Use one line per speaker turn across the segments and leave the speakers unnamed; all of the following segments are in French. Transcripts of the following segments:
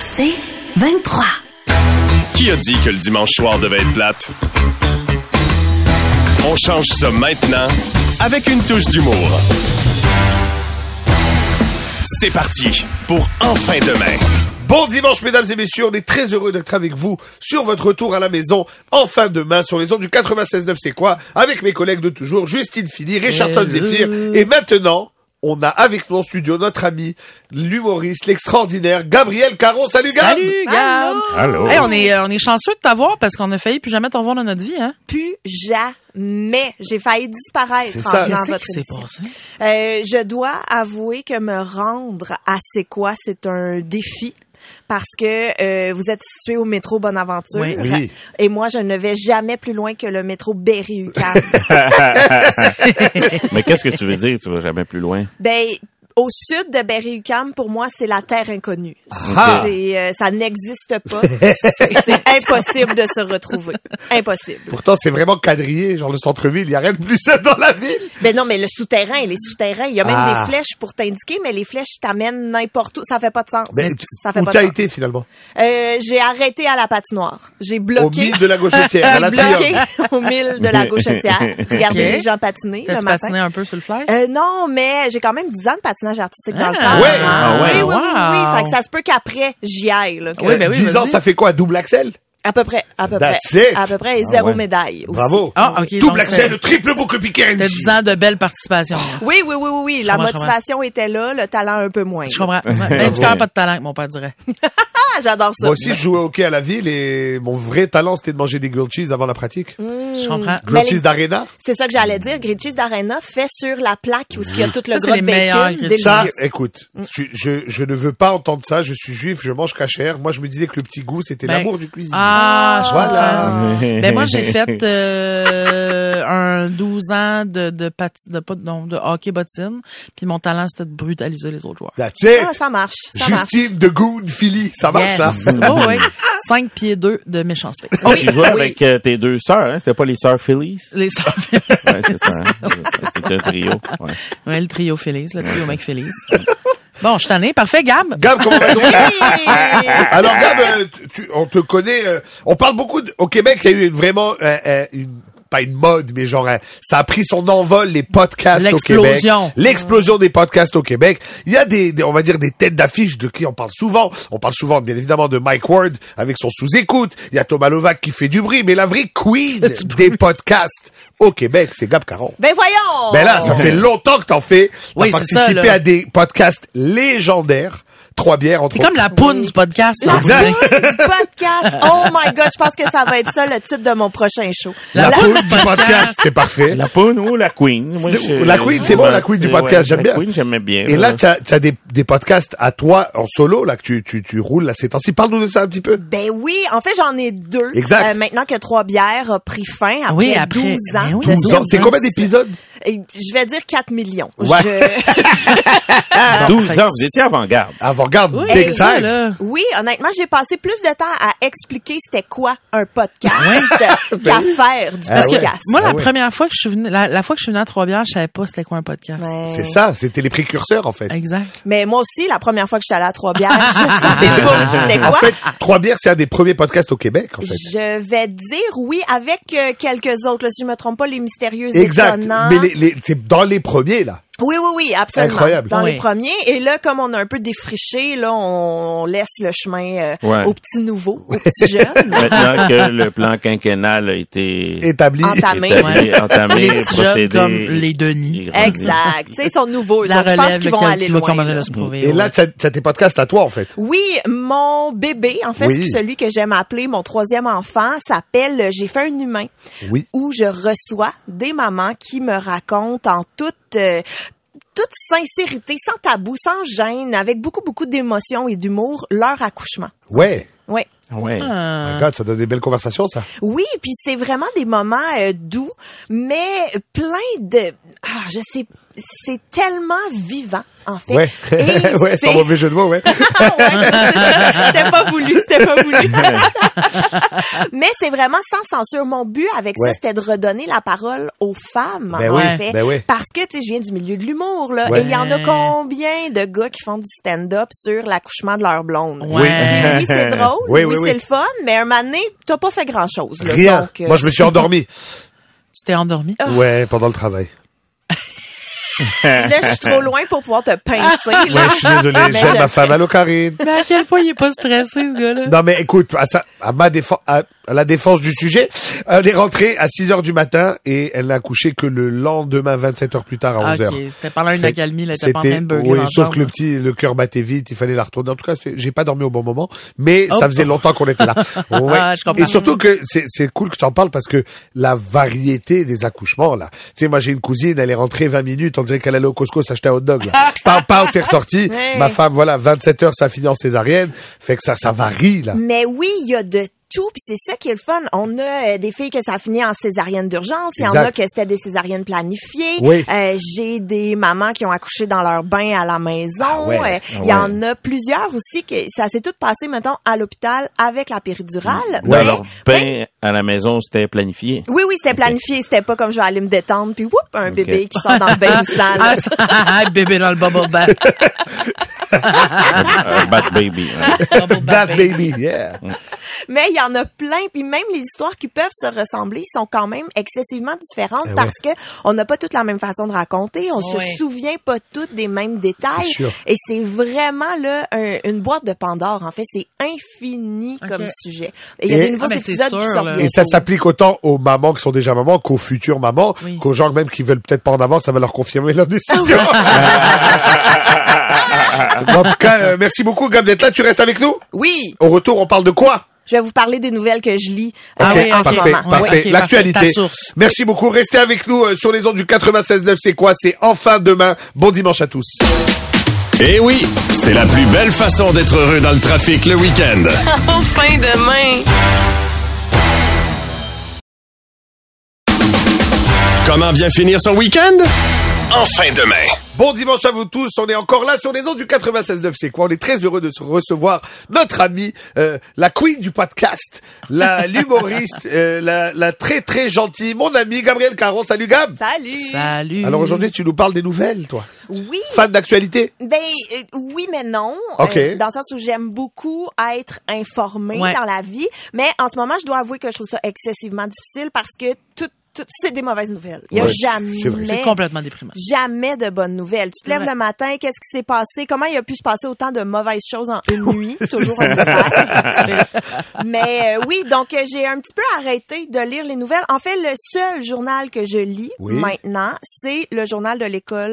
C'est 23.
Qui a dit que le dimanche soir devait être plate? On change ça maintenant avec une touche d'humour. C'est parti pour Enfin demain.
Bon dimanche, mesdames et messieurs. On est très heureux d'être avec vous sur votre retour à la maison. Enfin demain, sur les ondes du 96.9, c'est quoi? Avec mes collègues de toujours, Justine Philly, Richardson Zephyr. Et maintenant, on a avec nous en studio notre ami, l'humoriste, l'extraordinaire, Gabriel Caron. Salut, Gab!
Salut, Gab!
Allô?
Hey, on est, euh, on est chanceux de t'avoir parce qu'on a failli plus jamais t'en voir dans notre vie, hein?
Plus jamais. J'ai failli disparaître
C'est
en
ça.
faisant
Qu'est-ce
votre
qui s'est
émission.
passé?
Euh, je dois avouer que me rendre à C'est quoi, c'est un défi. Parce que euh, vous êtes situé au métro Bonaventure
Oui.
Oui.
et moi je ne vais jamais plus loin que le métro Berry-UQAM.
Mais qu'est-ce que tu veux dire, tu vas jamais plus loin?
ben au sud de Berry-UQAM, pour moi c'est la terre inconnue.
Ah!
C'est, euh, ça n'existe pas. C'est c'est impossible de se retrouver. Impossible.
Pourtant, c'est vraiment quadrillé, genre le centre-ville. Il n'y a rien de plus sain dans la ville.
Ben non, mais le souterrain, les souterrains, il y a même
Ah.
des flèches pour t'indiquer, mais les flèches t'amènent n'importe où. Ça fait pas de sens.
Mais Ben, tu-
ça fait
où
pas de
t'as
sens.
été finalement?
Euh, j'ai arrêté à la patinoire. J'ai
Au
bloqué.
milieu de la gauchetière, à
J'ai
la
bloqué
Trium.
au mille de la gauchetière. Regardez
Ok.
les gens patiner le
T'as-tu
matin.
patiné un peu sur le fly?
Euh, non, mais j'ai quand même 10 ans de patinage artistique dans le
Ah.
temps.
Ouais.
Ah ouais.
Oui, oui, oui, oui,
Wow.
Fait que ça se peut qu'après, j'y aille. là, que-
Oui, ben oui,
10 ans,
vas-y.
ça fait quoi? Double axel?
À peu près, à peu
That's
près.
it. Ah,
À peu près, et zéro
ouais.
médaille aussi.
Bravo.
Ah, ok. donc
Double axel, le
t'as-
triple boucle piqué.
T'as 10 ans de belle participation.
Oui, oui, oui, oui, oui.
Je
La
comprends, je
motivation était là, le talent un peu moins.
Je comprends. Ben, tu perds pas de talent, mon père dirait.
Ah, j'adore ça.
Moi aussi, je jouais au hockey à la ville et mon vrai talent, c'était de manger des grilled cheese avant la pratique.
Je comprends.
Mm. Mais
Grilled
les-
cheese d'arena.
C'est ça que j'allais dire. Grilled cheese d'Arena fait sur la plaque où il y a tout le
Ça, c'est
gros
les meilleurs
bacon
grilled
Ça,
délicieux.
écoute,
Mm.
tu- je, je ne veux pas entendre ça. Je suis juif, je mange cachère. Moi, je me disais que le petit goût, c'était
Ben,
l'amour du cuisinier.
Ah, je
Voilà.
comprends. Ben moi j'ai fait euh, un 12 ans de de pati- de, pas- non, de hockey bottine, puis mon talent c'était de brutaliser les autres joueurs.
That's it.
Ah, ça marche. Ça marche.
Justine de Goon Philly, ça marche, hein.
Yes.
ça.
Oh, oui. 5 pieds 2 de méchanceté.
Oh, tu jouais avec euh, tes deux sœurs, hein? C'était pas les sœurs Phillies?
Les sœurs
Ouais, c'est ça. hein? C'était un trio. Ouais.
Ouais, le trio Félix, le trio mec Félix. Bon, je t'en ai. Parfait, Gab.
Gab, comment vas-tu? Alors, Gab, euh, tu- tu- on te connaît. euh, on parle beaucoup. de- au Québec, il y a eu une- vraiment euh, euh, une pas une mode, mais genre euh, ça a pris son envol les podcasts au Québec.
L'explosion.
L'explosion des podcasts au Québec. Il y a des, des- on va dire des têtes d'affiche de qui on parle souvent. On parle souvent, bien évidemment, de Mike Ward avec son sous-écoute. Il y a Thomas Lovac qui fait du bruit, mais la vraie queen des podcasts au Québec, c'est Gab Caron.
Ben voyons!
Ben là, ça fait longtemps que t'en fais. T'as
Oh. Oui, c'est ça,
participé
là.
à des podcasts légendaires. Trois bières entre
C'est comme la poune du podcast. hein?
La
là.
Exact.
poule du podcast. Oh my god, je pense que ça va être ça le titre de mon prochain show.
La,
La
poule
poule
du podcast, c'est parfait.
La Poune ou la Queen? Moi, je-
La Queen, c'est bon, la Queen du
ouais,
podcast, j'aime bien.
La Queen, j'aimais bien.
Et là, t'as as des, des podcasts à toi en solo, là, que tu, tu, tu roules là, ces temps-ci. Parle-nous de ça un petit peu.
Ben oui, en fait, j'en ai deux. euh,
Exact.
maintenant que Trois Bières a pris fin après,
Ah Oui, après-
12 ans.
ben oui,
de
12 ans. C'est
service.
combien d'épisodes?
Et Je vais dire 4 millions.
Ouais.
Je-
12 ans, vous étiez avant-garde.
Avant-garde,
Oui,
big
c'est ça,
time.
là.
Oui, honnêtement, j'ai passé plus de temps à expliquer c'était quoi un podcast qu'à faire du
Ah
Parce que
ouais.
podcast.
moi, la
Ah ouais.
première fois que je suis venue, la, la fois que je suis venue à Trois-Bières, je savais pas c'était quoi un podcast.
Mais-
C'est ça, c'était les précurseurs, en fait.
Exact.
Mais moi aussi, la première fois que j'étais allée à Trois-Bières, je savais pas c'était
Ah,
En
quoi.
fait, Trois bières, c'est un des premiers podcasts au Québec, en fait.
Je vais dire oui avec euh, quelques autres, là, si je me trompe pas, les mystérieux
Exact.
étonnants.
Mais les, les- c'est dans les premiers, là.
Oui, oui, oui, absolument.
Incroyable.
Dans
Oui.
les premiers. Et là, comme on a un peu défriché, là, on, on laisse le chemin euh,
Ouais.
aux petits nouveaux, aux petits jeunes.
Maintenant que le plan quinquennal a été
Établis.
Entamé.
établi,
Ouais.
entamé,
Les petits jeunes
procédé.
comme les Denis.
Exact. tu sais, ils sont nouveaux.
La
donc je pense
relève,
qu'ils vont
lequel-
aller
qui va
loin.
commencer
là.
à se prouver.
Et là,
ouais.
t'as t'as tes podcasts à toi, en fait.
Oui, mon bébé, en fait,
Oui.
c'est celui que j'aime appeler mon troisième enfant, s'appelle euh, J'ai fait un humain.
Oui.
où je reçois des mamans qui me racontent en toute euh, toute sincérité, sans tabou, sans gêne, avec beaucoup, beaucoup d'émotion et d'humour, leur accouchement.
Ouais.
Oui.
Ouais.
Ah.
Regarde, ça donne des belles conversations, ça.
Oui, puis c'est vraiment des moments euh, doux, mais plein de... Ah, je sais, c'est tellement vivant, en fait.
Ouais.
Et
ouais,
c'est-
sans mauvais jeu de mots, ouais.
Ah ouais, c'était pas voulu, c'était pas voulu. Mais c'est vraiment sans censure. Mon but avec
Ouais.
ça, c'était de redonner la parole aux femmes,
Ben
en
oui,
fait.
ben oui.
Parce que, tu sais, je viens du milieu de l'humour, là.
Ouais.
Et il y en a combien de gars qui font du stand-up sur l'accouchement de leur blonde?
Ouais.
Oui, c'est drôle.
Oui,
Oui,
oui, oui.
c'est le fun. Mais un moment donné, t'as pas fait grand-chose, là.
Rien.
Donc, euh, Ah.
Moi, je me suis endormi.
Tu t'es endormi.
Ouais, pendant le travail.
là, je suis trop loin pour pouvoir te pincer,
Ouais,
là.
je suis désolé.
Mais
J'aime
je-
ma femme. Allô, Karine.
Mais à quel point il est pas stressé, ce gars-là?
Non mais écoute, à, sa- à ma défense, à, à la défense du sujet, elle est rentrée à 6 heures du matin et elle n'a couché que le lendemain 27 heures plus tard à
Ah,
11 heures.
ok, c'était pendant une accalmie, là, t'es pas en train de beugler
oui,
dans
sauf
le
que le
temps,
petit, le cœur battait vite, il fallait la retourner. En tout cas, c'est- j'ai pas dormi au bon moment, mais
Oh.
ça faisait longtemps qu'on était là. Ouais.
Ah, je comprends.
et surtout que c'est c'est cool que tu en parles parce que la variété des accouchements là. Tu sais, moi j'ai une cousine, elle est rentrée 20 minutes, on dirait qu'elle allait au Costco s'acheter un hot dog. Là. Pam, pam, c'est ressorti.
Ouais.
Ma femme, voilà, 27 heures, ça finit en césarienne. Fait que ça, ça varie là.
Mais oui, il y a de tout, puis c'est ça qui est le fun. On a euh, des filles que ça finit en césarienne d'urgence, il y en
Exact.
a que c'était des césariennes planifiées.
Oui.
Euh, J'ai des mamans qui ont accouché dans leur bain à la maison.
ouais,
Euh,
ah
Il y en a plusieurs aussi que ça s'est tout passé, mettons, à l'hôpital avec la péridurale.
Dans
Mais-
leur pain à la maison, c'était planifié.
Oui, oui, c'était planifié. C'était pas comme je vais aller me détendre, puis whoop, un
Ok.
bébé qui sort dans le bain moussant. là.
Ah, ça- bébé dans le bubble bath. Ah.
Un bad Euh, baby. hein. ouais.
Bubble
That
bath.
baby, yeah.
Mais il y en a plein, puis même les histoires qui peuvent se ressembler sont quand même excessivement différentes
Eh
parce que on n'a pas toutes la même façon de raconter, on
Ouais.
se souvient pas toutes des mêmes
C'est
détails,
sûr.
et c'est vraiment là un- une boîte de Pandore. En fait, c'est infini
Ok.
comme sujet. Et il y a
Et-
des nouveaux
Ah, mais c'est
épisodes
sûr,
qui sortent
là.
bientôt.
Et ça s'applique autant aux mamans qui sont déjà mamans qu'aux futures mamans,
Oui.
qu'aux gens même qui veulent peut-être pas en avant, ça va leur confirmer leur décision.
Ah
en tout cas, euh, merci beaucoup Gab d'être là, tu restes avec nous
Oui,
Au retour, on parle de quoi
je vais vous parler des nouvelles que je lis. euh,
Ah
Ok,
oui, ok.
parfait,
Ouais,
parfait.
ok, parfait.
L'actualité.
Ta source.
Merci beaucoup. Restez avec nous euh, sur les ondes du 96.9. C'est quoi C'est enfin demain. Bon dimanche à tous.
Eh oui, c'est la plus belle façon d'être heureux dans le trafic le week-end.
Enfin demain.
Comment bien finir son week-end? Enfin demain.
Bon dimanche à vous tous, on est encore là sur les ondes du 96.9, c'est quoi On est très heureux de se recevoir notre amie, euh, la queen du podcast, la l'humoriste, euh, la, la très très gentille, mon amie Gabrielle Caron, salut Gab
Salut.
Salut.
Alors aujourd'hui tu nous parles des nouvelles toi,
Oui.
fan d'actualité
Ben euh, oui mais non.
Ok.
Euh, dans le sens où j'aime beaucoup être informée
Ouais.
dans la vie, mais en ce moment je dois avouer que je trouve ça excessivement difficile parce que tout, tout c'est des mauvaises nouvelles. Il y a
Ouais, c'est vrai.
jamais
C'est complètement déprimant.
jamais de bonnes nouvelles. Tu te lèves
Ouais.
le matin, qu'est-ce qui s'est passé Comment il a pu se passer autant de mauvaises choses en une nuit Toujours un mystère. Mais euh, oui, donc euh, j'ai un petit peu arrêté de lire les nouvelles. En fait, le seul journal que je lis
Oui.
maintenant, c'est le journal de l'école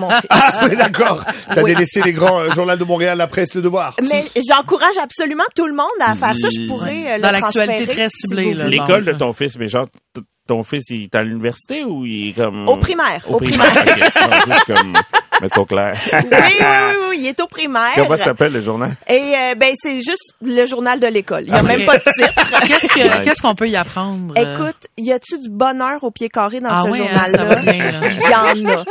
mon fils.
Ah ouais, d'accord, t'as
Oui.
délaissé les grands euh, journaux de Montréal, la presse, le devoir
Mais j'encourage absolument tout le monde à faire ça. Je pourrais euh,
Dans
le
l'actualité
transférer,
très
si
ciblée,
vous
là. euh,
voulez.
L'école de ton fils, mais genre, t- ton fils, il est à l'université ou il est comme...
Au primaire, au
ok. Ah, juste comme, mettre ça au clair.
Oui, oui, oui, oui, il est au primaire.
Comment ça s'appelle le journal?
Et euh, ben c'est juste le journal de l'école. Il n'y a
Ah,
même
ok.
pas de titre.
Qu'est-ce
Nice.
que- qu'est-ce qu'on peut y apprendre? euh?
Écoute, y a-tu du bonheur au pied carré dans
Ah
ce
ouais, hein, ça va
journal-là?
bien, là.
Il y en a.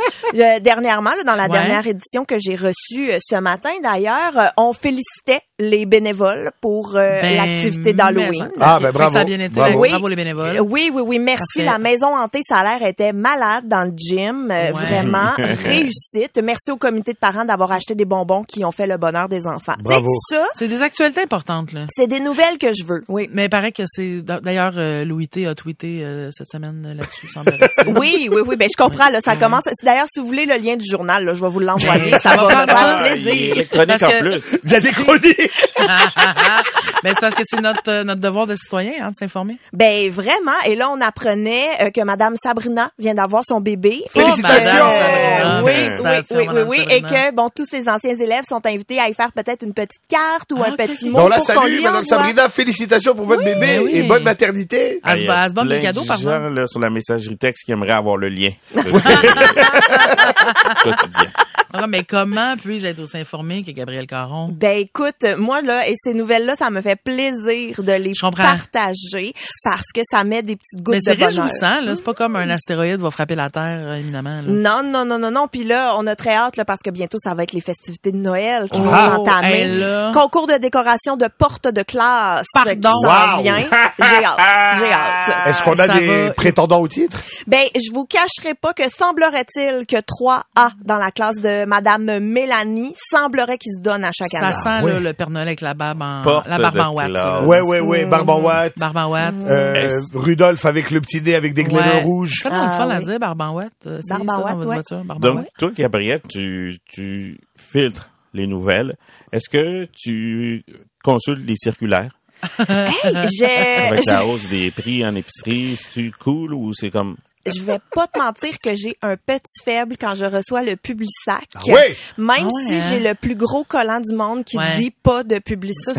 Euh, dernièrement, là, dans la
Ouais.
dernière édition que j'ai reçue euh, ce matin, d'ailleurs, euh, on félicitait les bénévoles pour euh,
Ben,
l'activité d'Halloween.
mais ça-
Ah,
ok,
ben,
fait que Ça a
bravo.
bien été.
Bravo.
Bravo, bravo les bénévoles.
Euh, Oui, oui, oui, merci.
Parfait.
La maison hantée, ça a l'air, était malade dans le gym. euh,
Ouais.
Vraiment, réussite. Merci au comité de parents d'avoir acheté des bonbons qui ont fait le bonheur des enfants. Tu sais,
Bravo.
Ça,
C'est des actualités importantes, là.
c'est des nouvelles que je veux. Oui.
Mais il paraît que c'est... D'ailleurs, euh, Louis T a tweeté euh, cette semaine euh, là-dessus, semble-t-il.
Oui, oui, oui, ben je comprends là, ça commence. D'ailleurs, si vous voulez le lien du journal, là, je vais vous l'envoyer, Ben, ça va me
prendre
faire
ça.
plaisir.
Électronique
Parce
en
que-
plus.
J'ai des chroniques
Mais c'est parce que c'est notre, euh, notre devoir de citoyen, hein, de s'informer.
Ben vraiment. Et là, on apprenait euh, que Madame Sabrina vient d'avoir son bébé. Et
Félicitations!
que,
Madame Sabrina.
oui, oui,
Félicitations,
oui, oui,
Madame
oui. Et
Sabrina.
que bon, tous ces anciens élèves sont invités à y faire peut-être une petite carte ou
Ah,
un
ok,
petit
ok.
mot
On la
pour qu'on
salue,
lui
Madame
envoie.
Sabrina. Félicitations pour votre bébé
oui.
et bonne maternité.
Elle se bat- elle se bat
plein
des cadeaux,
de
par
gens,
exemple.
là, sur la messagerie texte qui aimeraient avoir le lien. de ce quotidien.
Ah, mais comment puis-je être aussi informé que Gabriel Caron?
Ben écoute, moi là, et ces nouvelles-là, ça me fait plaisir de les
Je comprends.
partager parce que ça met des petites gouttes
Mais c'est
de bonheur. Mm.
réjouissant, là. C'est pas comme un astéroïde va frapper la Terre, euh, éminemment, là.
Non, non, non, non, non. Puis là, on a très hâte là, parce que bientôt, ça va être les festivités de Noël qui vont
Ah!
s'entamer.
Hey, là.
Concours de décoration de portes de classe qui
Pardon.
s'en
Wow!
vient. J'ai hâte, j'ai hâte.
Est-ce qu'on a
Ah, ça
des
va.
prétendants au titre?
Ben, je vous cacherai pas que semblerait-il que 3A dans la classe de Madame Mélanie semblerait qu'ils se donnent à chaque
Ça
année.
sent,
ouais.
là, le Père Noël avec la barbe en,
Porte
la barbe
de
en ouate,
classe.
Ah, ça, là.
Ouais, ouais, ouais. Barbe en ouate.
Barbe en ouate.
Mm.
Euh, Rudolph avec le petit nez avec des glaires
Ouais.
rouges.
C'est tellement le
Ah,
fun à
oui.
dire, barbe en ouate. Euh, essayez
Barbe
ça
en
dans
ouate,
votre
ouais.
voiture, barbe en
Donc,
ouate.
toi, Gabrielle, tu, tu filtres les nouvelles. Est-ce que tu consultes les circulaires
Hey,
Eh,
j'ai-
avec
j'ai-
la hausse des prix en épicerie? C'est-tu cool ou c'est comme...
je vais pas te mentir que j'ai un petit faible quand je reçois le Publisac.
Ah ouais?
Même
Ah ouais,
si
hein?
j'ai le plus gros collant du monde qui
Ouais.
dit pas de publicité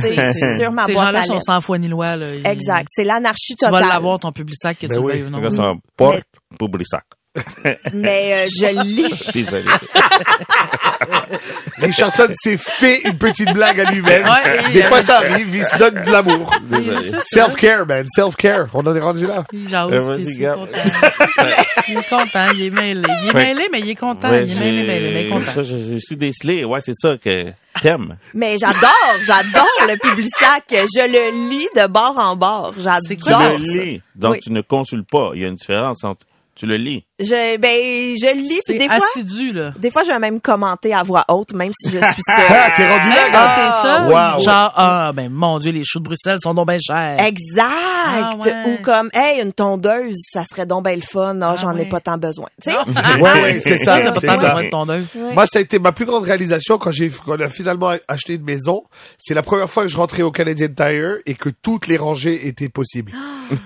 sur ma
Ces
boîte
gens-là
à
sont
lettres.
sans foi ni loi, là. Ils-
Exact. C'est l'anarchie
Tu vas
totale.
l'avoir, ton public sac, que tu
Ben
le
oui.
veuilles ou non.
Regarde, c'est un porte public sac.
Mais euh, je lis.
Désolé.
Richardson s'est fait une petite blague à lui-même.
Ouais, et- euh,
Des fois, ça arrive, il se donne de l'amour.
Désolé.
Self-care, man. Self-care. On en est rendu là.
Il jase,
Euh,
puis
vas-y,
il est
Gab.
content. il est content, il est mêlé. Il est
Ouais.
mêlé, mais il est content.
Ouais,
il est mêlé,
j'ai-
mêlé, mais content.
Ça, je, je suis décelé. Ouais, c'est ça que t'aimes.
Mais j'adore, j'adore le Publisac. Je le lis de bord en bord.
C'est quoi
J'adore.
Tu
le
ça.
le lis. Donc,
Oui.
tu ne consultes pas. Il y a une différence entre... Tu le lis.
Je ben je lis puis des
C'est
fois
assidu, là.
des fois je vais même commenter à voix haute même si je
Ah,
suis seule.
t'es rendu là,
Hey,
gars.
c'est ça?
wow.
Genre, ah, ben mon Dieu, les choux de Bruxelles sont donc bien chers.
Exact.
Ah ouais.
Ou comme hey une tondeuse, ça serait donc belle fun. Ah,
Ah
j'en ai
ouais.
pas tant besoin. Tu sais?
Ah,
Ouais, ouais, c'est
Ça, t'as
ça,
pas
c'est
tant
ça.
besoin de tondeuse.
Moi, ça a été ma plus grande réalisation quand j'ai, qu'on a finalement acheté une maison. C'est la première fois que je rentrais au Canadian Tire et que toutes les rangées étaient possibles.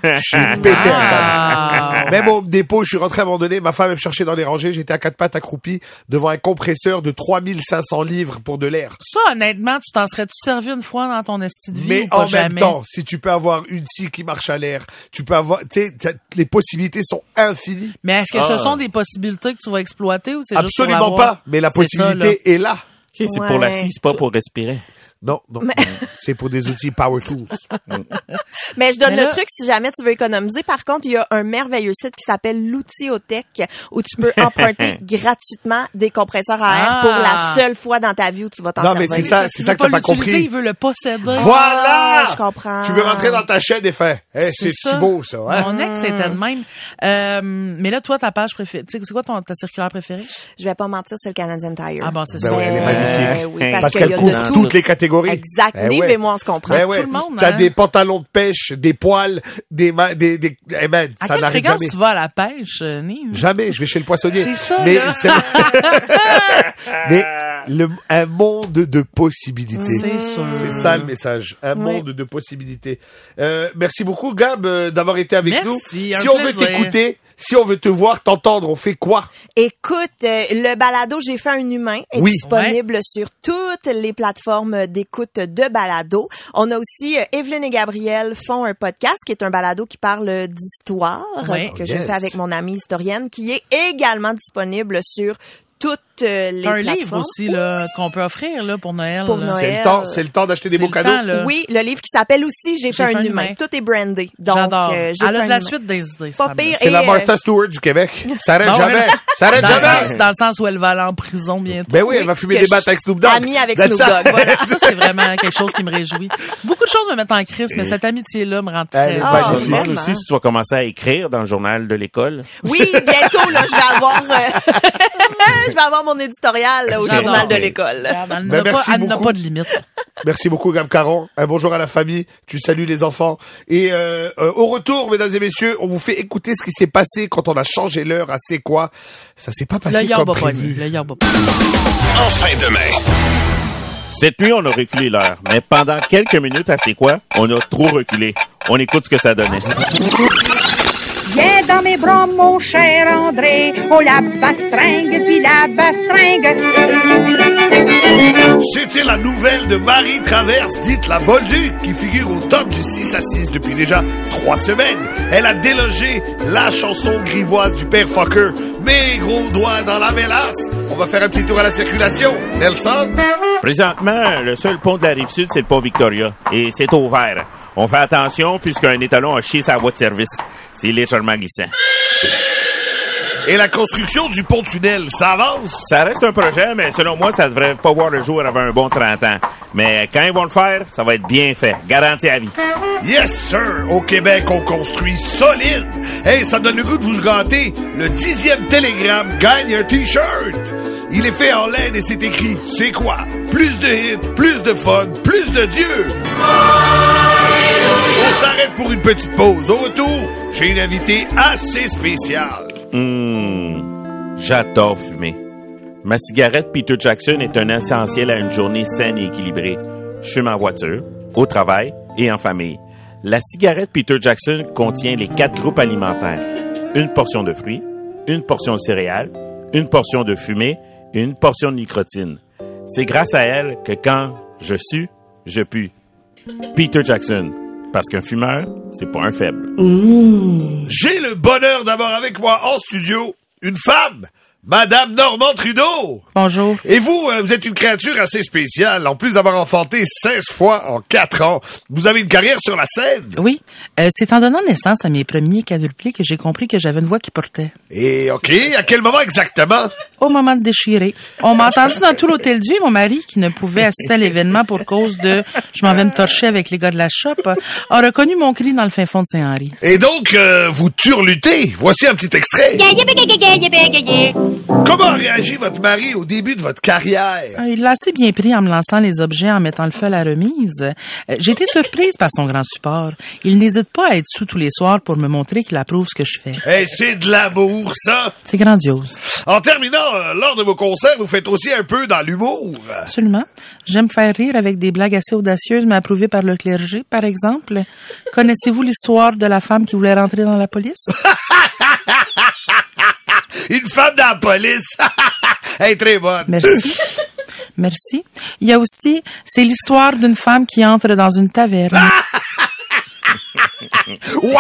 Je suis pété.
Ah.
à table. Même au dépôt, je suis rentré à un moment donné, ma femme elle me cherchait dans les rangées, j'étais à quatre pattes accroupi devant un compresseur de 3500 livres pour de l'air.
Ça, honnêtement, tu t'en serais-tu servi une fois dans ton esti de vie
Mais
ou pas
en
jamais?
même temps, si tu peux avoir une scie qui marche à l'air, tu peux avoir, tu sais, t'as- les possibilités sont infinies.
Mais est-ce que
Ah.
ce sont des possibilités que tu vas exploiter ou c'est juste pour
Absolument
l'avoir?
pas. Mais la
C'est ça, là.
possibilité est là.
Ok, c'est pour
Ouais.
l'assis, c'est pas pour respirer.
Non, non.
Mais-
non. C'est pour des outils power tools.
Mais je donne
Mais
le
là-
truc si jamais tu veux économiser. Par contre, il y a un merveilleux site qui s'appelle l'Outiothèque où tu peux emprunter gratuitement des compresseurs à air
Ah.
pour la seule fois dans ta vie où tu vas t'en
Non, mais
servir.
c'est ça, c'est
Il
ça
veut
que t'as pas
l'utiliser,
compris.
Il veut le posséder.
Voilà!
Ah, je comprends.
Tu veux rentrer dans ta chaîne et faire, Eh, c'est si
ça.
beau, ça, hein?
Mon ex était de même. Euh, mais là, toi, ta page préférée, tu sais, c'est quoi ton, ta circulaire préférée?
Je vais pas mentir, c'est le Canadian Tire.
Ah bon, c'est
Ben
ça.
ouais, elle est
Euh,
magnifique.
oui, parce
Parce
qu'il y
qu'elle
a
couvre
de tout.
toutes les catégories.
Exact.
Eh
Nive
ouais.
et moi, on se comprend.
Eh ouais.
le monde,
T'as
hein.
des pantalons de pêche, des poils, des, ma- des, des, eh man,
À
ça
quelle
n'arrive
fréquence
jamais.
tu vas à la pêche, euh, Nive?
Jamais, je vais chez le poissonnier.
C'est ça,
mais
là.
c'est- mais le, un monde de possibilités.
C'est sûr.
C'est ça le message. Un monde de possibilités. Euh, merci beaucoup, Gab, euh, d'avoir été avec
Merci,
nous.
un
Si on veut
plaisir.
t'écouter, si on veut te voir, t'entendre, on fait quoi?
Écoute, euh, le balado J'ai fait un humain est
Oui.
disponible sur toutes les plateformes d'écoute de balado. On a aussi euh, Evelyne et Gabriel font un podcast qui est un balado qui parle d'histoire
Ouais.
que
Oh,
je
yes.
fais avec mon amie historienne qui est également disponible sur toutes euh, les
T'as un
plateformes.
livre aussi, là, qu'on peut offrir, là, pour Noël.
Pour
là.
Noël.
C'est le temps, c'est le temps d'acheter des
C'est
beaux
le
cadeaux.
temps, là.
Oui, le livre qui s'appelle aussi J'ai fait un humain. Tout est brandé. Donc
J'adore.
euh, J'ai
Elle
fait
a
un
de la
humain.
suite des idées.
Pas
cette
pire.
femme-là.
C'est
Et,
la
euh,
Martha Stewart du Québec. Ça arrête
Non,
jamais.
mais-
Ça arrête
Dans le,
jamais.
sens, dans le sens où elle va aller en prison bientôt.
Ben oui,
Oui,
elle va fumer
que
des
je
battes avec Snoop Dogg.
suis amie avec
That's
Snoop
it.
Dogg, voilà.
Ben,
Ça, c'est vraiment quelque chose qui me réjouit. Beaucoup de choses me mettent en crise, mais cette amitié-là me rend
Elle
très...
est
Ah,
Je me
magnifique.
demande
vraiment.
aussi si tu vas commencer à écrire dans le journal de l'école.
Oui, bientôt, là, je vais avoir, euh, je vais avoir mon éditorial là, au
J'adore.
journal de l'école.
Elle
Ben,
n'a pas,
merci
elle n'a
beaucoup. Ah,
pas de limite.
Merci beaucoup, Gab Caron. Un bonjour à la famille. Tu salues les enfants. Et euh, euh, au retour, mesdames et messieurs, on vous fait écouter ce qui s'est passé quand on a changé l'heure à C'est quoi. Ça s'est pas
Le
passé comme
yorba
prévu.
pony. Le yorba
Enfin demain.
Cette nuit, on a reculé l'heure, mais pendant quelques minutes, à c'est quoi, on a trop reculé. On écoute ce que ça donnait.
Viens dans mes bras, mon cher André. Oh, la bastringue, puis la bastringue.
C'était la nouvelle de Marie Traverse, dite la Bolduc, qui figure au top du 6 à 6 depuis déjà trois semaines. Elle a délogé la chanson grivoise du père Fokker. Mes gros doigts dans la mélasse. On va faire un petit tour à la circulation. Nelson?
Présentement, le seul pont de la rive sud, c'est le pont Victoria. Et c'est au vert. On fait attention puisqu'un étalon a chié sa voie de service. C'est légèrement glissant.
Et la construction du pont-tunnel, ça avance?
Ça reste un projet, mais selon moi, ça devrait pas voir le jour avant un bon 30 ans. Mais quand ils vont le faire, ça va être bien fait. Garanti à vie.
Yes, sir! Au Québec, on construit solide! Hey, ça me donne le goût de vous gâter! Le dixième télégramme gagne un T-shirt! Il est fait en laine et c'est écrit, c'est quoi? Plus de hits, plus de fun, plus de Dieu! On s'arrête pour une petite pause. Au retour, j'ai une invitée assez spéciale.
Mmh, j'adore fumer. Ma cigarette Peter Jackson est un essentiel à une journée saine et équilibrée. Je fume en voiture, au travail et en famille. La cigarette Peter Jackson contient les quatre groupes alimentaires. Une portion de fruits, une portion de céréales, une portion de fumée et une portion de nicotine. C'est grâce à elle que quand je sue, je pue. Peter Jackson, parce qu'un fumeur, c'est pas un faible.
Mmh. J'ai le bonheur d'avoir avec moi en studio une femme, Madame Normand Trudeau.
Bonjour.
Et vous, euh, vous êtes une créature assez spéciale. En plus d'avoir enfanté 16 fois en 4 ans, vous avez une carrière sur la scène.
Oui. Euh, c'est en donnant naissance à mes premiers quadruplés que j'ai compris que j'avais une voix qui portait.
Et OK, à quel moment exactement?
Au moment de déchirer. On m'a entendu dans tout l'hôtel Dieu, mon mari, qui ne pouvait assister à l'événement pour cause de « je m'en vais me torcher avec les gars de la shop », a reconnu mon cri dans le fin fond de Saint-Henri.
Et donc, euh, vous turlutez. Voici un petit extrait. Comment a réagi votre mari au début de votre carrière?
Euh, il l'a assez bien pris en me lançant les objets, en mettant le feu à la remise. Euh, J'ai été surprise par son grand support. Il n'hésite pas à être sous tous les soirs pour me montrer qu'il approuve ce que je fais.
Eh, c'est de l'amour, ça!
C'est grandiose.
En terminant, euh, lors de vos concerts, vous faites aussi un peu dans l'humour.
Absolument. J'aime faire rire avec des blagues assez audacieuses, mais approuvées par le clergé, par exemple. Connaissez-vous l'histoire de la femme qui voulait rentrer dans la police?
Une femme dans la police. Elle est très bonne.
Merci. Merci. Il y a aussi, c'est l'histoire d'une femme qui entre dans une taverne.
wow!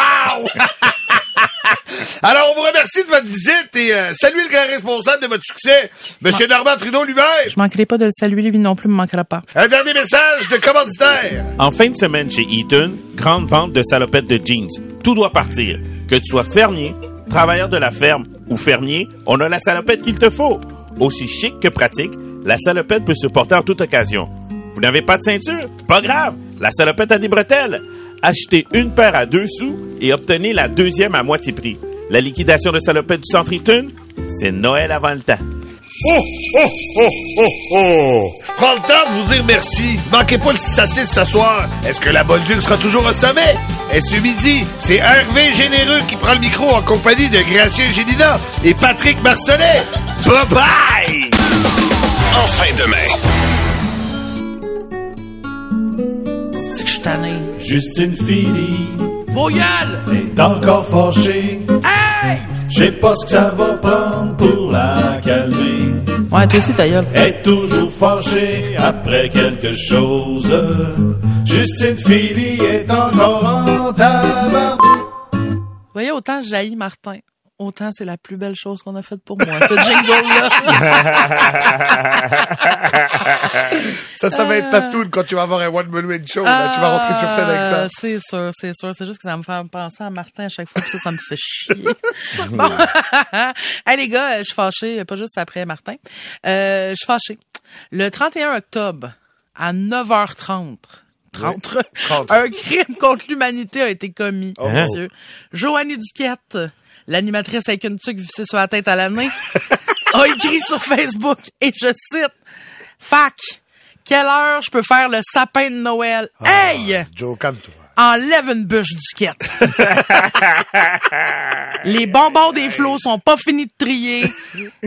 Alors, on vous remercie de votre visite et euh, saluez le grand responsable de votre succès, Monsieur Normand Trudeau lui-même.
Je manquerai pas de le saluer, lui non plus, me manquera pas.
Un dernier message de commanditaire.
En fin de semaine chez Eaton, grande vente de salopettes de jeans. Tout doit partir. Que tu sois fermier, travailleur de la ferme ou fermier, on a la salopette qu'il te faut. Aussi chic que pratique, la salopette peut se porter en toute occasion. Vous n'avez pas de ceinture? Pas grave, la salopette a des bretelles. Achetez une paire à deux sous et obtenez la deuxième à moitié prix. La liquidation de salopette du Centre Eaton, c'est Noël avant le temps.
Oh, oh, oh, oh, oh! Prends le temps de vous dire merci. Manquez pas le 6 à 6 ce soir. Est-ce que la Bolduc sera toujours au sommet? Et ce midi, c'est Hervé Généreux qui prend le micro en compagnie de Gracien Génina et Patrick Marcellet. Bye bye!
Enfin demain.
C'est que je suis tannée.
Justine Philly
Vos gueules!
est encore fâchée.
Hey!
Je sais pas ce que ça va prendre pour la calmer.
Ouais, toi aussi, ta gueule.
Elle Est toujours fâchée après quelque chose. Justine Philly est encore en tabac.
Vous voyez, autant jaillit Martin. Autant c'est la plus belle chose qu'on a faite pour moi, ce jingle-là.
Ça, ça va être
Euh.
ta toune quand tu vas avoir un One Man Win Show. là. Tu vas rentrer sur scène avec ça.
Ah, C'est sûr, c'est sûr. C'est juste que ça me fait penser à Martin à chaque fois, puis ça, ça me fait chier. bon. hey, les gars, je suis fâchée, pas juste après Martin. Euh, je suis fâchée. Le 31 octobre, à 9h30, 30, un crime contre l'humanité a été commis. Mon Dieu. Joannie Duquette, l'animatrice avec une tuque vissée sur la tête à l'année, a écrit sur Facebook, et je cite, « Fac, quelle heure je peux faire le sapin de Noël? hey!
Joe, calme-toi.
enlève une bûche du quête. Les bonbons des flots sont pas finis de trier.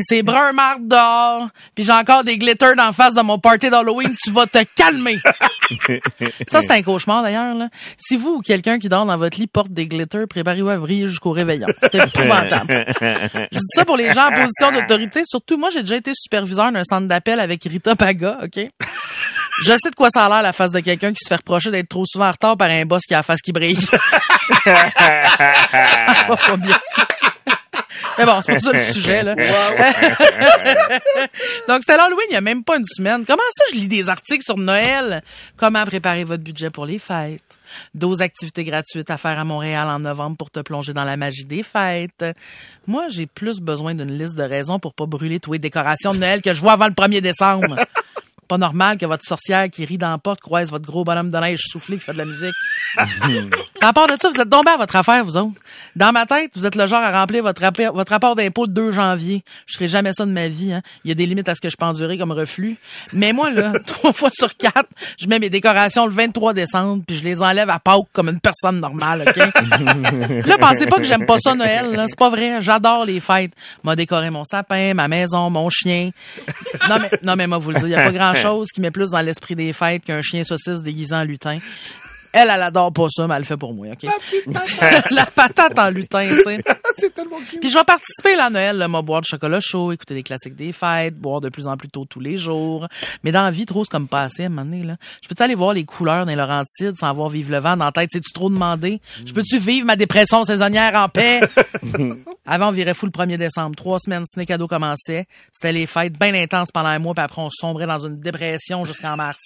C'est brun marde dehors. Puis j'ai encore des glitters d'en face de mon party d'Halloween. Tu vas te calmer. Ça, c'est un cauchemar d'ailleurs. là. Si vous ou quelqu'un qui dort dans votre lit porte des glitters, préparez-vous à vriller jusqu'au réveillon. C'est épouvantable. Je dis ça pour les gens en position d'autorité. Surtout, moi, j'ai déjà été superviseur d'un centre d'appel avec Rita Paga, OK? Je sais de quoi ça a l'air la face de quelqu'un qui se fait reprocher d'être trop souvent en retard par un boss qui a la face qui brille. Ça va pas bien. Mais bon, c'est pas ça le sujet, là. Donc, c'était l'Halloween il y a même pas une semaine. Comment ça, je lis des articles sur Noël? Comment préparer votre budget pour les fêtes? 12 activités gratuites à faire à Montréal en novembre pour te plonger dans la magie des fêtes. Moi, j'ai plus besoin d'une liste de raisons pour pas brûler toutes les décorations de Noël que je vois avant le 1er décembre. Pas normal que votre sorcière qui rit dans la porte croise votre gros bonhomme de neige soufflé qui fait de la musique. À part de ça, vous êtes tombé à votre affaire, vous autres. Dans ma tête, vous êtes le genre à remplir votre, rappel- votre rapport d'impôt le 2 janvier. Je ferai jamais ça de ma vie. hein. Il y a des limites à ce que je peux endurer comme reflux. Mais moi, là, trois fois sur quatre, je mets mes décorations le 23 décembre, puis je les enlève à Pâques comme une personne normale, OK? là, pensez pas que j'aime pas ça Noël, là. c'est pas vrai. J'adore les fêtes. M'a décoré mon sapin, ma maison, mon chien. Non mais non mais moi vous le dire, y a pas grand chose qui met plus dans l'esprit des fêtes qu'un chien saucisse déguisé en lutin. Elle, elle adore pas ça, mais elle le fait pour moi, OK? La patate en lutin, tu sais.
C'est tellement cute.
Puis je vais participer là, à Noël, là, moi, boire du chocolat chaud, écouter des classiques des fêtes, boire de plus en plus tôt tous les jours. Mais dans la vie, trop, c'est comme passé à un moment donné, là. Je peux-tu aller voir les couleurs dans les Laurentides sans voir vivre le vent dans la tête? C'est-tu trop demandé? Je peux-tu vivre ma dépression saisonnière en paix? Avant, on virait fou le 1er décembre. Trois semaines, ciné cadeau commençait. C'était les fêtes bien intenses pendant un mois, puis après, on sombrait dans une dépression jusqu'en mars.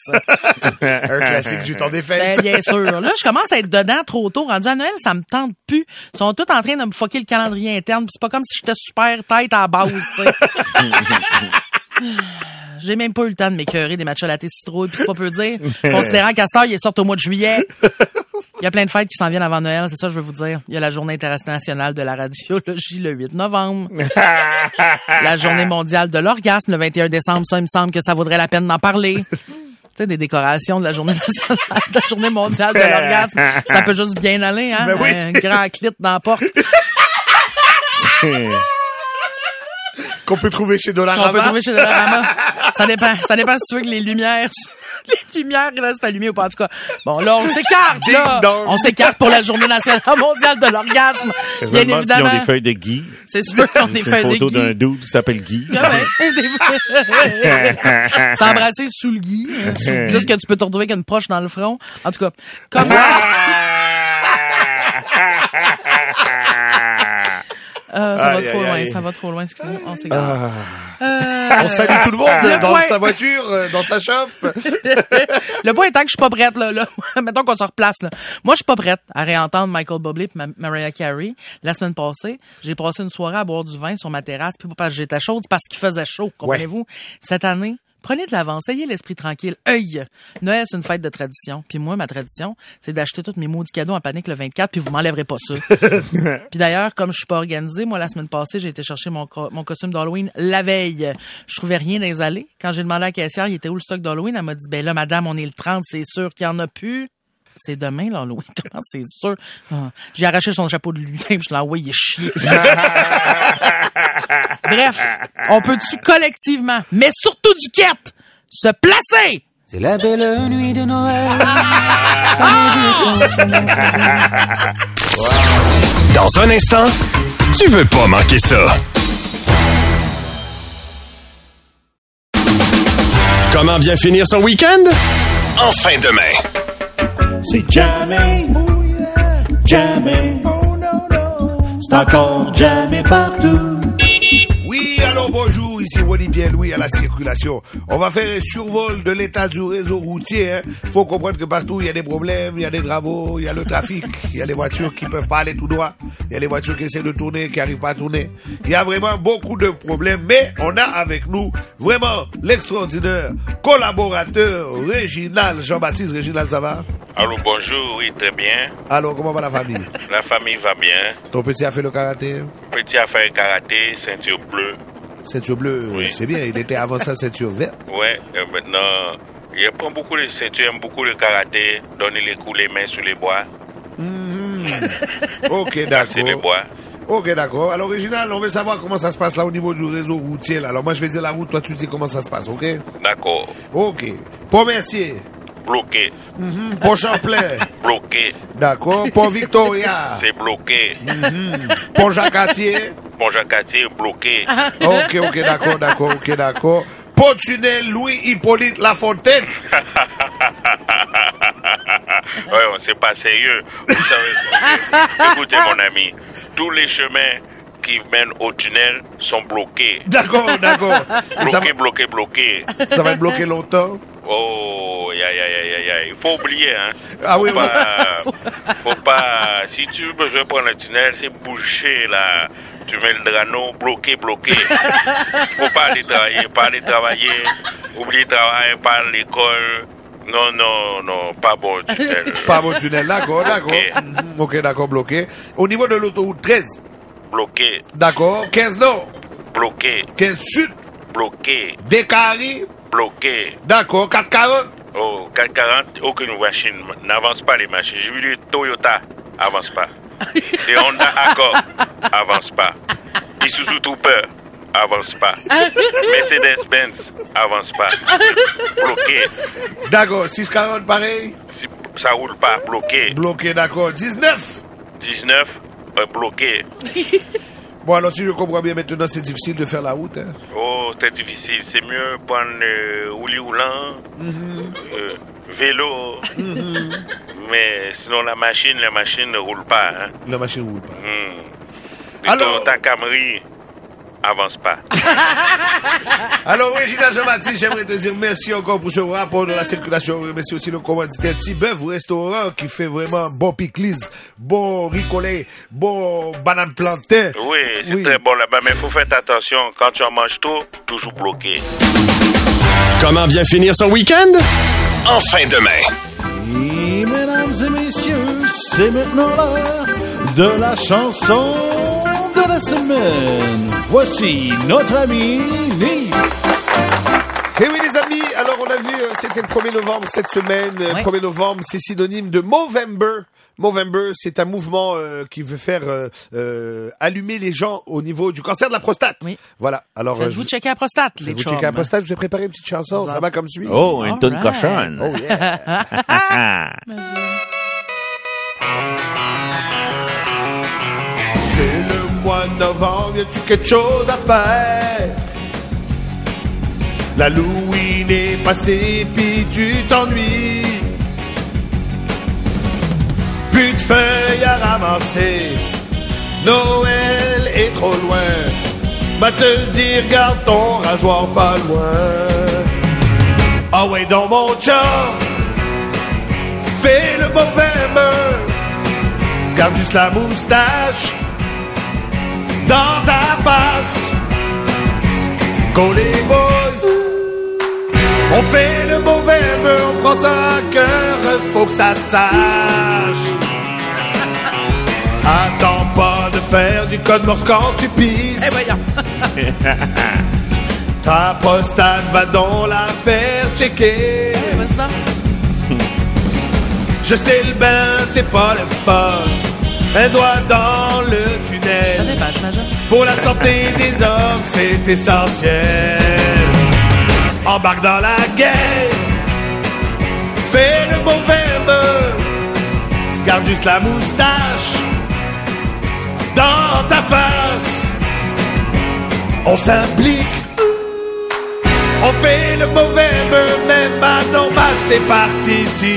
Un classique du temps des
Ben,
fêtes.
bien sûr. Là, je commence à être dedans trop tôt. Rendu à Noël, ça me tente plus. Ils sont tous en train de me fucker le calendrier interne. pis C'est pas comme si j'étais super tête à la base, tu sais. J'ai même pas eu le temps de m'écœurer des matchs à la citrouille, puis c'est pas peu dire. Considérant qu'Astor, ils sortent au mois de juillet. Il y a plein de fêtes qui s'en viennent avant Noël, c'est ça que je veux vous dire. Il y a la journée internationale de la radiologie le 8 novembre. la journée mondiale de l'orgasme le 21 décembre, ça, il me semble que ça vaudrait la peine d'en parler. Tu sais, des décorations de la journée nationale, de la journée mondiale de l'orgasme. Ça peut juste bien aller, hein?
Ben oui.
Un grand clit dans la porte.
Qu'on peut trouver chez Dollarama.
qu'on peut trouver chez Dollarama. ça dépend. Ça dépend si tu veux que les lumières, les lumières restent allumées ou pas. En tout cas, bon, là, on s'écarte, là.
dong.
On s'écarte pour la journée nationale mondiale de l'orgasme.
Je me
Bien
demande s'ils ont
évidemment.
des feuilles de Guy.
C'est sûr qu'on des
C'est
feuilles
une photo
de
d'un
gui.
dude qui s'appelle Guy.
Ah ouais, des feuilles- S'embrasser sous le gui. euh, sous- Juste que tu peux te retrouver avec une proche dans le front. En tout cas, comment...
Ah!
Euh, ça va
Aïe,
trop
aïe,
loin,
aïe.
ça va trop loin, excusez-moi. On s'égare.
On salue tout le monde
euh, Le
dans
point.
sa voiture, euh, dans sa shop.
le point étant que je suis pas prête, là. là. Mettons qu'on se replace, là. Moi, je suis pas prête à réentendre Michael Bublé et Mariah Carey. La semaine passée, j'ai passé une soirée à boire du vin sur ma terrasse, puis pas parce que j'étais chaude, c'est parce qu'il faisait chaud, comprenez-vous? Cette année, prenez de l'avance, ayez l'esprit tranquille. Œil! Noël, c'est une fête de tradition. Puis moi, ma tradition, c'est d'acheter tous mes maudits cadeaux en panique le 24, puis vous m'enlèverez pas ça. Puis d'ailleurs, comme je suis pas organisée, moi, la semaine passée, j'ai été chercher mon, co- mon costume d'Halloween la veille. Je trouvais rien dans les allées. Quand j'ai demandé à la caissière, il était où le stock d'Halloween, elle m'a dit, ben là, madame, on est le 30, c'est sûr qu'il y en a plus. C'est demain, l'Halloween. Comment c'est sûr? Ah. J'ai arraché son chapeau de lutin, puis je l'ai envoyé chier. Bref, on peut-tu collectivement, mais surtout du quête, se placer?
C'est la belle nuit de Noël. Les yeux tendus.
Dans un instant, tu veux pas manquer ça. Comment bien finir son week-end? En fin de main.
C'est jamais, jamais. C'est encore jamais partout.
Oui, alors bonjour, ici Wally Bien Louis à la circulation. On va faire un survol de l'état du réseau routier. hein. Faut comprendre que partout il y a des problèmes, il y a des travaux, il y a le trafic, il y a des voitures qui peuvent pas aller tout droit, il y a des voitures qui essaient de tourner, qui arrivent pas à tourner. Il y a vraiment beaucoup de problèmes, mais on a avec nous vraiment l'extraordinaire collaborateur Réginal, Jean-Baptiste Réginal Savard.
Allô, bonjour, oui, très bien.
Alors comment va la famille
La famille va bien.
Ton petit a fait le karaté, hein?
Petit a fait karaté, ceinture bleue.
ceinture bleue,
Oui.
c'est bien. Il était avant ça ceinture verte.
Ouais, et maintenant,
Il prend beaucoup de ceinture, aime beaucoup le karaté, donner les coups, les mains sur les bois.
Ok,
Casser les
d'accord.
bois.
Ok, d'accord. Alors, original, on veut savoir comment ça se passe là au niveau du réseau routier. Là. Alors, moi, je vais dire la route, toi, tu dis comment ça se passe, ok?
D'accord.
Ok. Pont Mercier.
Bloqué.
Mhm. Pont Champlain.
Bloqué.
d'accord. Pont Victoria.
C'est bloqué.
Pont Jacatier.
Bon, Jacatier, bloqué.
Ah. Ok, ok, d'accord, d'accord, ok, d'accord. Pont Tunnel Louis-Hippolyte Lafontaine.
ouais, on c'est pas sérieux. Vous savez, écoutez mon ami, tous les chemins qui mènent au tunnel sont bloqués.
D'accord, d'accord.
Bloqués,
Ça va-
bloqués, bloqués.
Ça va être bloqué longtemps.
Oh, aïe, aïe, aïe, aïe, aïe. Il faut oublier, hein.
Ah oui,
faut
oui.
pas, faut pas. Si tu veux besoin de prendre le tunnel, c'est bouché, là. Tu mets le drano, bloqué, bloqué. faut pas aller travailler, pas aller travailler. Oublie le travail, pas l'école. Non, non, non, pas bon tunnel.
Pas bon tunnel, d'accord, d'accord.
Ok.
Mhm, Ok, d'accord, bloqué. Au niveau de l'autoroute 13,
Bloqué,
d'accord. 15 Nord,
bloqué,
15 Sud,
bloqué,
Descaries,
bloqué.
d'accord. 440,
Oh, 440, aucune machine. N'avance pas les machines. J'ai vu les Toyota, avance pas. Les Honda Accord, avance pas. Isuzu Trooper, avance pas. Mercedes-Benz, avance pas. Bloqué,
d'accord. 640, pareil,
Si- ça roule pas, bloqué.
bloqué, d'accord. 19.
19, euh, bloqué.
Bon, alors, si je comprends bien maintenant, c'est difficile de faire la route. hein.
Oh, c'est difficile. C'est mieux prendre euh, roulis roulant, euh, vélo. Mais sinon, la machine, la machine ne roule pas. Hein.
La machine roule pas.
Alors, ta Camry avance pas.
Alors, Régina Jean-Baptiste, j'aimerais te dire merci encore pour ce rapport de la circulation. Merci aussi le commanditaire Tibeuf Restaurant qui fait vraiment bon piclis, bon ricolé, bon banane plantain.
Oui, c'est très bon là-bas, mais faut faire attention. Quand tu en manges trop, toujours bloqué.
Comment bien finir son week-end? En fin de main.
Et mesdames et messieurs, c'est maintenant l'heure de la chanson de la semaine. Voici notre ami Nive.
Et Eh oui, les amis, alors on a vu, euh, c'était le 1er novembre cette semaine. Euh, 1er novembre, c'est synonyme de Movember. Movember, c'est un mouvement euh, qui veut faire euh, euh, allumer les gens au niveau du cancer de la prostate. Voilà. Alors, euh,
Faites-vous checker la prostate, les
vous
chums.
checker la prostate, je vous ai préparé une petite chanson, ça va comme suit.
Oh, une toune cochonne.
Oh, yeah. C'est le mois de novembre, y a-tu quelque chose à faire? L'Halloween est passé, puis tu t'ennuies. Plus de feuilles à ramasser, Noël est trop loin. Va te le dire, garde ton rasoir pas loin. Ah ouais, dans mon char, fais le mauvais meur. Garde juste la moustache dans ta face. Go les boys, on fait le mauvais vœu, on prend ça à cœur, faut que ça sache. Attends pas de faire du code morse quand tu
Eh,
pisses. Ta prostate va dans la faire checker. Je sais le bain, c'est pas le fun. Un doigt dans le tunnel.
Ça dépend, j'imagine.
Pour la santé des hommes, c'est essentiel. Embarque dans la guerre, fais le bon verbe, garde juste la moustache dans ta face. On s'implique, on fait le mauvais verbe, même maintenant, bah, c'est parti si.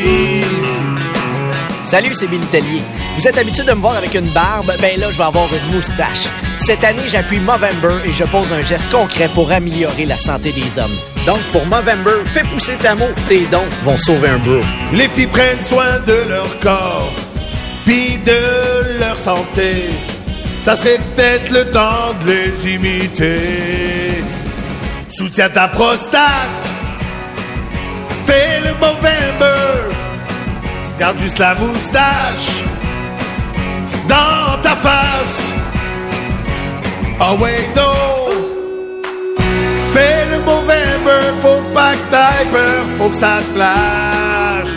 Salut, c'est Bill Tellier. Vous êtes habitué de me voir avec une barbe, ben là, je vais avoir une moustache. Cette année, j'appuie Movember et je pose un geste concret pour améliorer la santé des hommes. Donc, pour Movember, fais pousser ta mot, tes dons vont sauver un bro.
Les filles prennent soin de leur corps, puis de leur santé. Ça serait peut-être le temps de les imiter. Soutiens ta prostate, fais le mauvais meur. Garde juste la moustache dans ta face. Ah ouais, non, fais le mauvais meur, faut bagdiver, faut que ça se plage.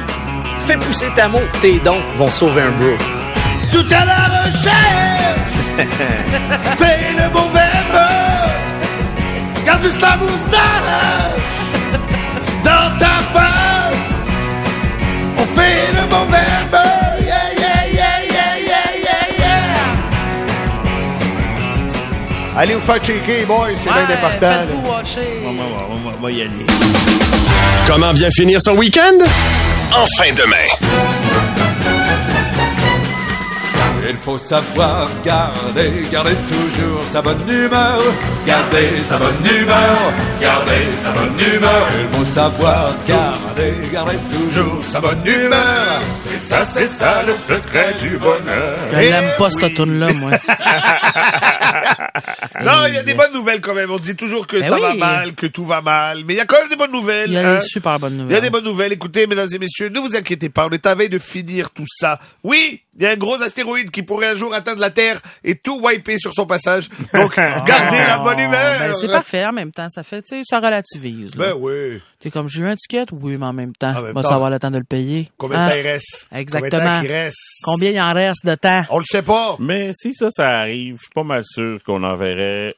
Fais pousser ta mot, tes dons vont sauver un bro.
Soutiens la recherche, fais le bon verbe. Garde juste la moustache dans ta face. On fait le bon verbe. Yeah, yeah, yeah, yeah, yeah, yeah, yeah. Allez vous faire checker, boys, c'est bien important. là.
Faites-vous watcher.
On va y aller.
Comment bien finir son week-end? En fin de main.
Il faut savoir garder, garder toujours sa bonne humeur, garder sa bonne humeur, garder sa bonne humeur. Il faut savoir garder, garder toujours sa bonne humeur. C'est ça, c'est ça le secret du bonheur.
Je l'aime pas, cette toune-là, moi.
Non, il y a des bonnes nouvelles quand même. On dit toujours que
Ah Ben
ça va
oui.
mal, que tout va mal. Mais il y a quand même des bonnes nouvelles.
Il y a
hein.
des super bonnes
Il y a
nouvelles.
des bonnes nouvelles. Écoutez, mesdames et messieurs, ne vous inquiétez pas. On est à veille de finir tout ça. Oui, il y a un gros astéroïde qui pourrait un jour atteindre la Terre et tout wiper sur son passage. Donc, gardez la bonne humeur.
Ben, c'est parfait en même temps. Ça fait, tu sais, ça relativise. là.
Ben oui.
T'es comme, j'ai eu un ticket? Oui, mais en même temps,
même
va
temps.
savoir le temps de le payer.
Combien de
Hein?
temps il reste?
Exactement.
Combien de temps il reste?
Combien il en reste de temps?
On le sait pas.
Mais si ça, ça arrive, je suis pas mal sûr qu'on enverrait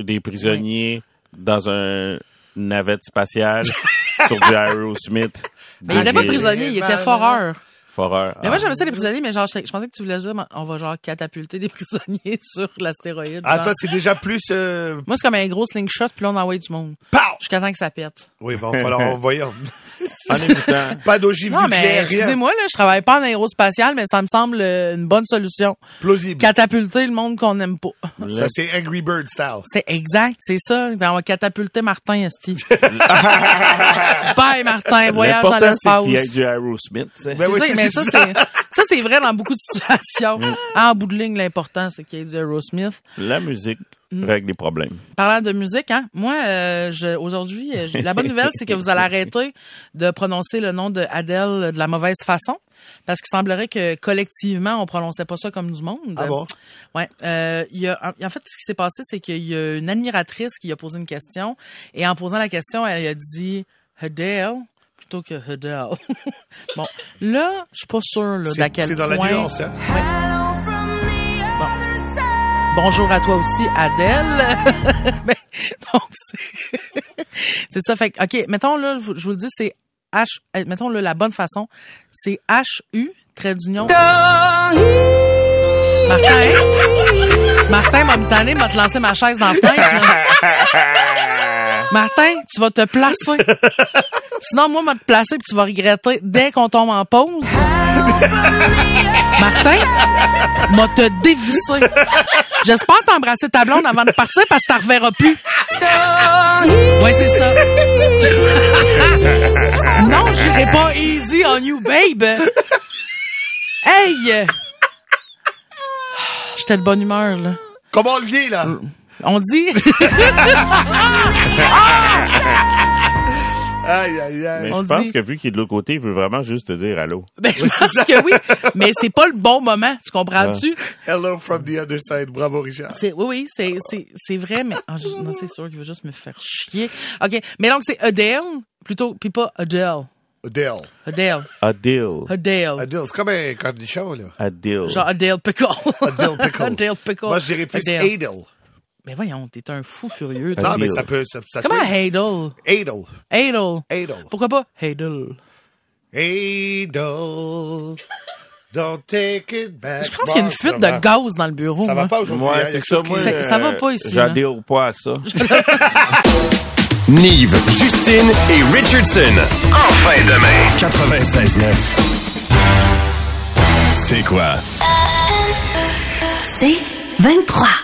des prisonniers dans un navette spatiale sur du Aerosmith.
Mais il était pas prisonnier, il était foreur.
Foreur.
Ah.
Mais moi, j'aimais ça les prisonniers, mais genre, je, je pensais que tu voulais dire, mais on va genre catapulter des prisonniers sur l'astéroïde.
Ah,
genre.
toi, c'est déjà plus... euh,
Moi, c'est comme un gros slingshot, puis là, on envoie du monde. Jusqu'à temps que ça pète.
Oui, bon, voilà, on va y-
En écoutant.
Pas d'ogive
Non, mais
nucléaire, rien.
excusez-moi, là, je travaille pas en aérospatial, mais ça me semble euh, une bonne solution.
Plausible.
Catapulter le monde qu'on n'aime pas.
Ça, c'est Angry Bird style.
C'est exact, c'est ça. On va catapulter Martin, Esti. Bye, Martin, voyage dans
L'important, c'est
l'espace.
qu'il y ait du Aerosmith. tu sais.
Ben oui,
C'est
c'est-
ça, mais ça,
c'est
c'est, ça, c'est vrai dans beaucoup de situations. En bout de ligne, l'important, c'est qu'il y ait du Aerosmith.
Mm.
Mm.
La musique règle les problèmes.
Parlant de musique, hein, moi, euh, je, aujourd'hui, euh, j'ai- la bonne nouvelle, c'est que vous allez arrêter de prononcer le nom de Adele de la mauvaise façon, parce qu'il semblerait que collectivement, on prononçait pas ça comme du monde.
Ah bon?
Ouais. Euh, il y a, en- en fait, ce qui s'est passé, c'est qu'il y a une admiratrice qui a posé une question, et en posant la question, elle a dit Adele plutôt que Adele. bon, là, je suis pas sûre là,
C'est-
d'à quel
C'est dans
point.
la nuance, hein.
Bonjour à toi aussi, Adèle. Ben, donc, c'est- c'est ça. Fait que, OK, mettons, là, vous- je vous le dis, c'est H... eh, Mettons, là, la bonne façon, c'est H-U, trait d'union. Martin, Martin m'a me tanner, m'a te lancer ma chaise dans la fenêtre. là. Martin, tu vas te placer. Sinon, moi, m'a te placer puis tu vas regretter dès qu'on tombe en pause. Martin, m'a te dévissé. J'espère t'embrasser ta blonde avant de partir parce que t'en reverras plus. Ouais, c'est ça. non, j'irai pas easy on you, babe. Hey! J'étais de bonne humeur, là.
Comment on le dit, là?
Mm.
On dit...
Aïe, aïe, aïe.
Ah. Mais
On
je pense
dit-
que vu qu'il est de l'autre côté, il veut vraiment juste te dire allô.
ben, je pense que oui, mais c'est pas le bon moment, tu comprends-tu?
Hello from the other side. Bravo, Richard.
C'est, oui, oui,
Ah.
c'est, c'est, c'est vrai, mais ah, je- non, c'est sûr qu'il veut juste me faire chier. OK, mais donc c'est Adele, plutôt, puis pas Adele.
Adele.
Adele.
Adil.
Adele.
Adele, c'est comme un cornichon, là.
Adil.
Genre Adele Pickle.
Adele Pickle.
Adele Pickle.
Moi, je dirais plus
Adele.
Adele. Ah,
Mais voyons, t'es un fou furieux. toi.
Non, mais
Adele.
ça peut... Ça, ça se
Comment
fait.
Adele?
Adele.
Adele.
Adele.
Pourquoi pas Adele?
Adele. Don't take it back.
Je pense qu'il y a une fuite de gaz dans le bureau.
Ça
moi.
va pas aujourd'hui.
Moi,
hein,
c'est
quelque chose
ça,
qui-
moi.
C'est- ça va pas ici, là.
J'adhère pas à ça.
Nive, Justine et Richardson. En fin de main. 96.9. C'est quoi?
C'est 23.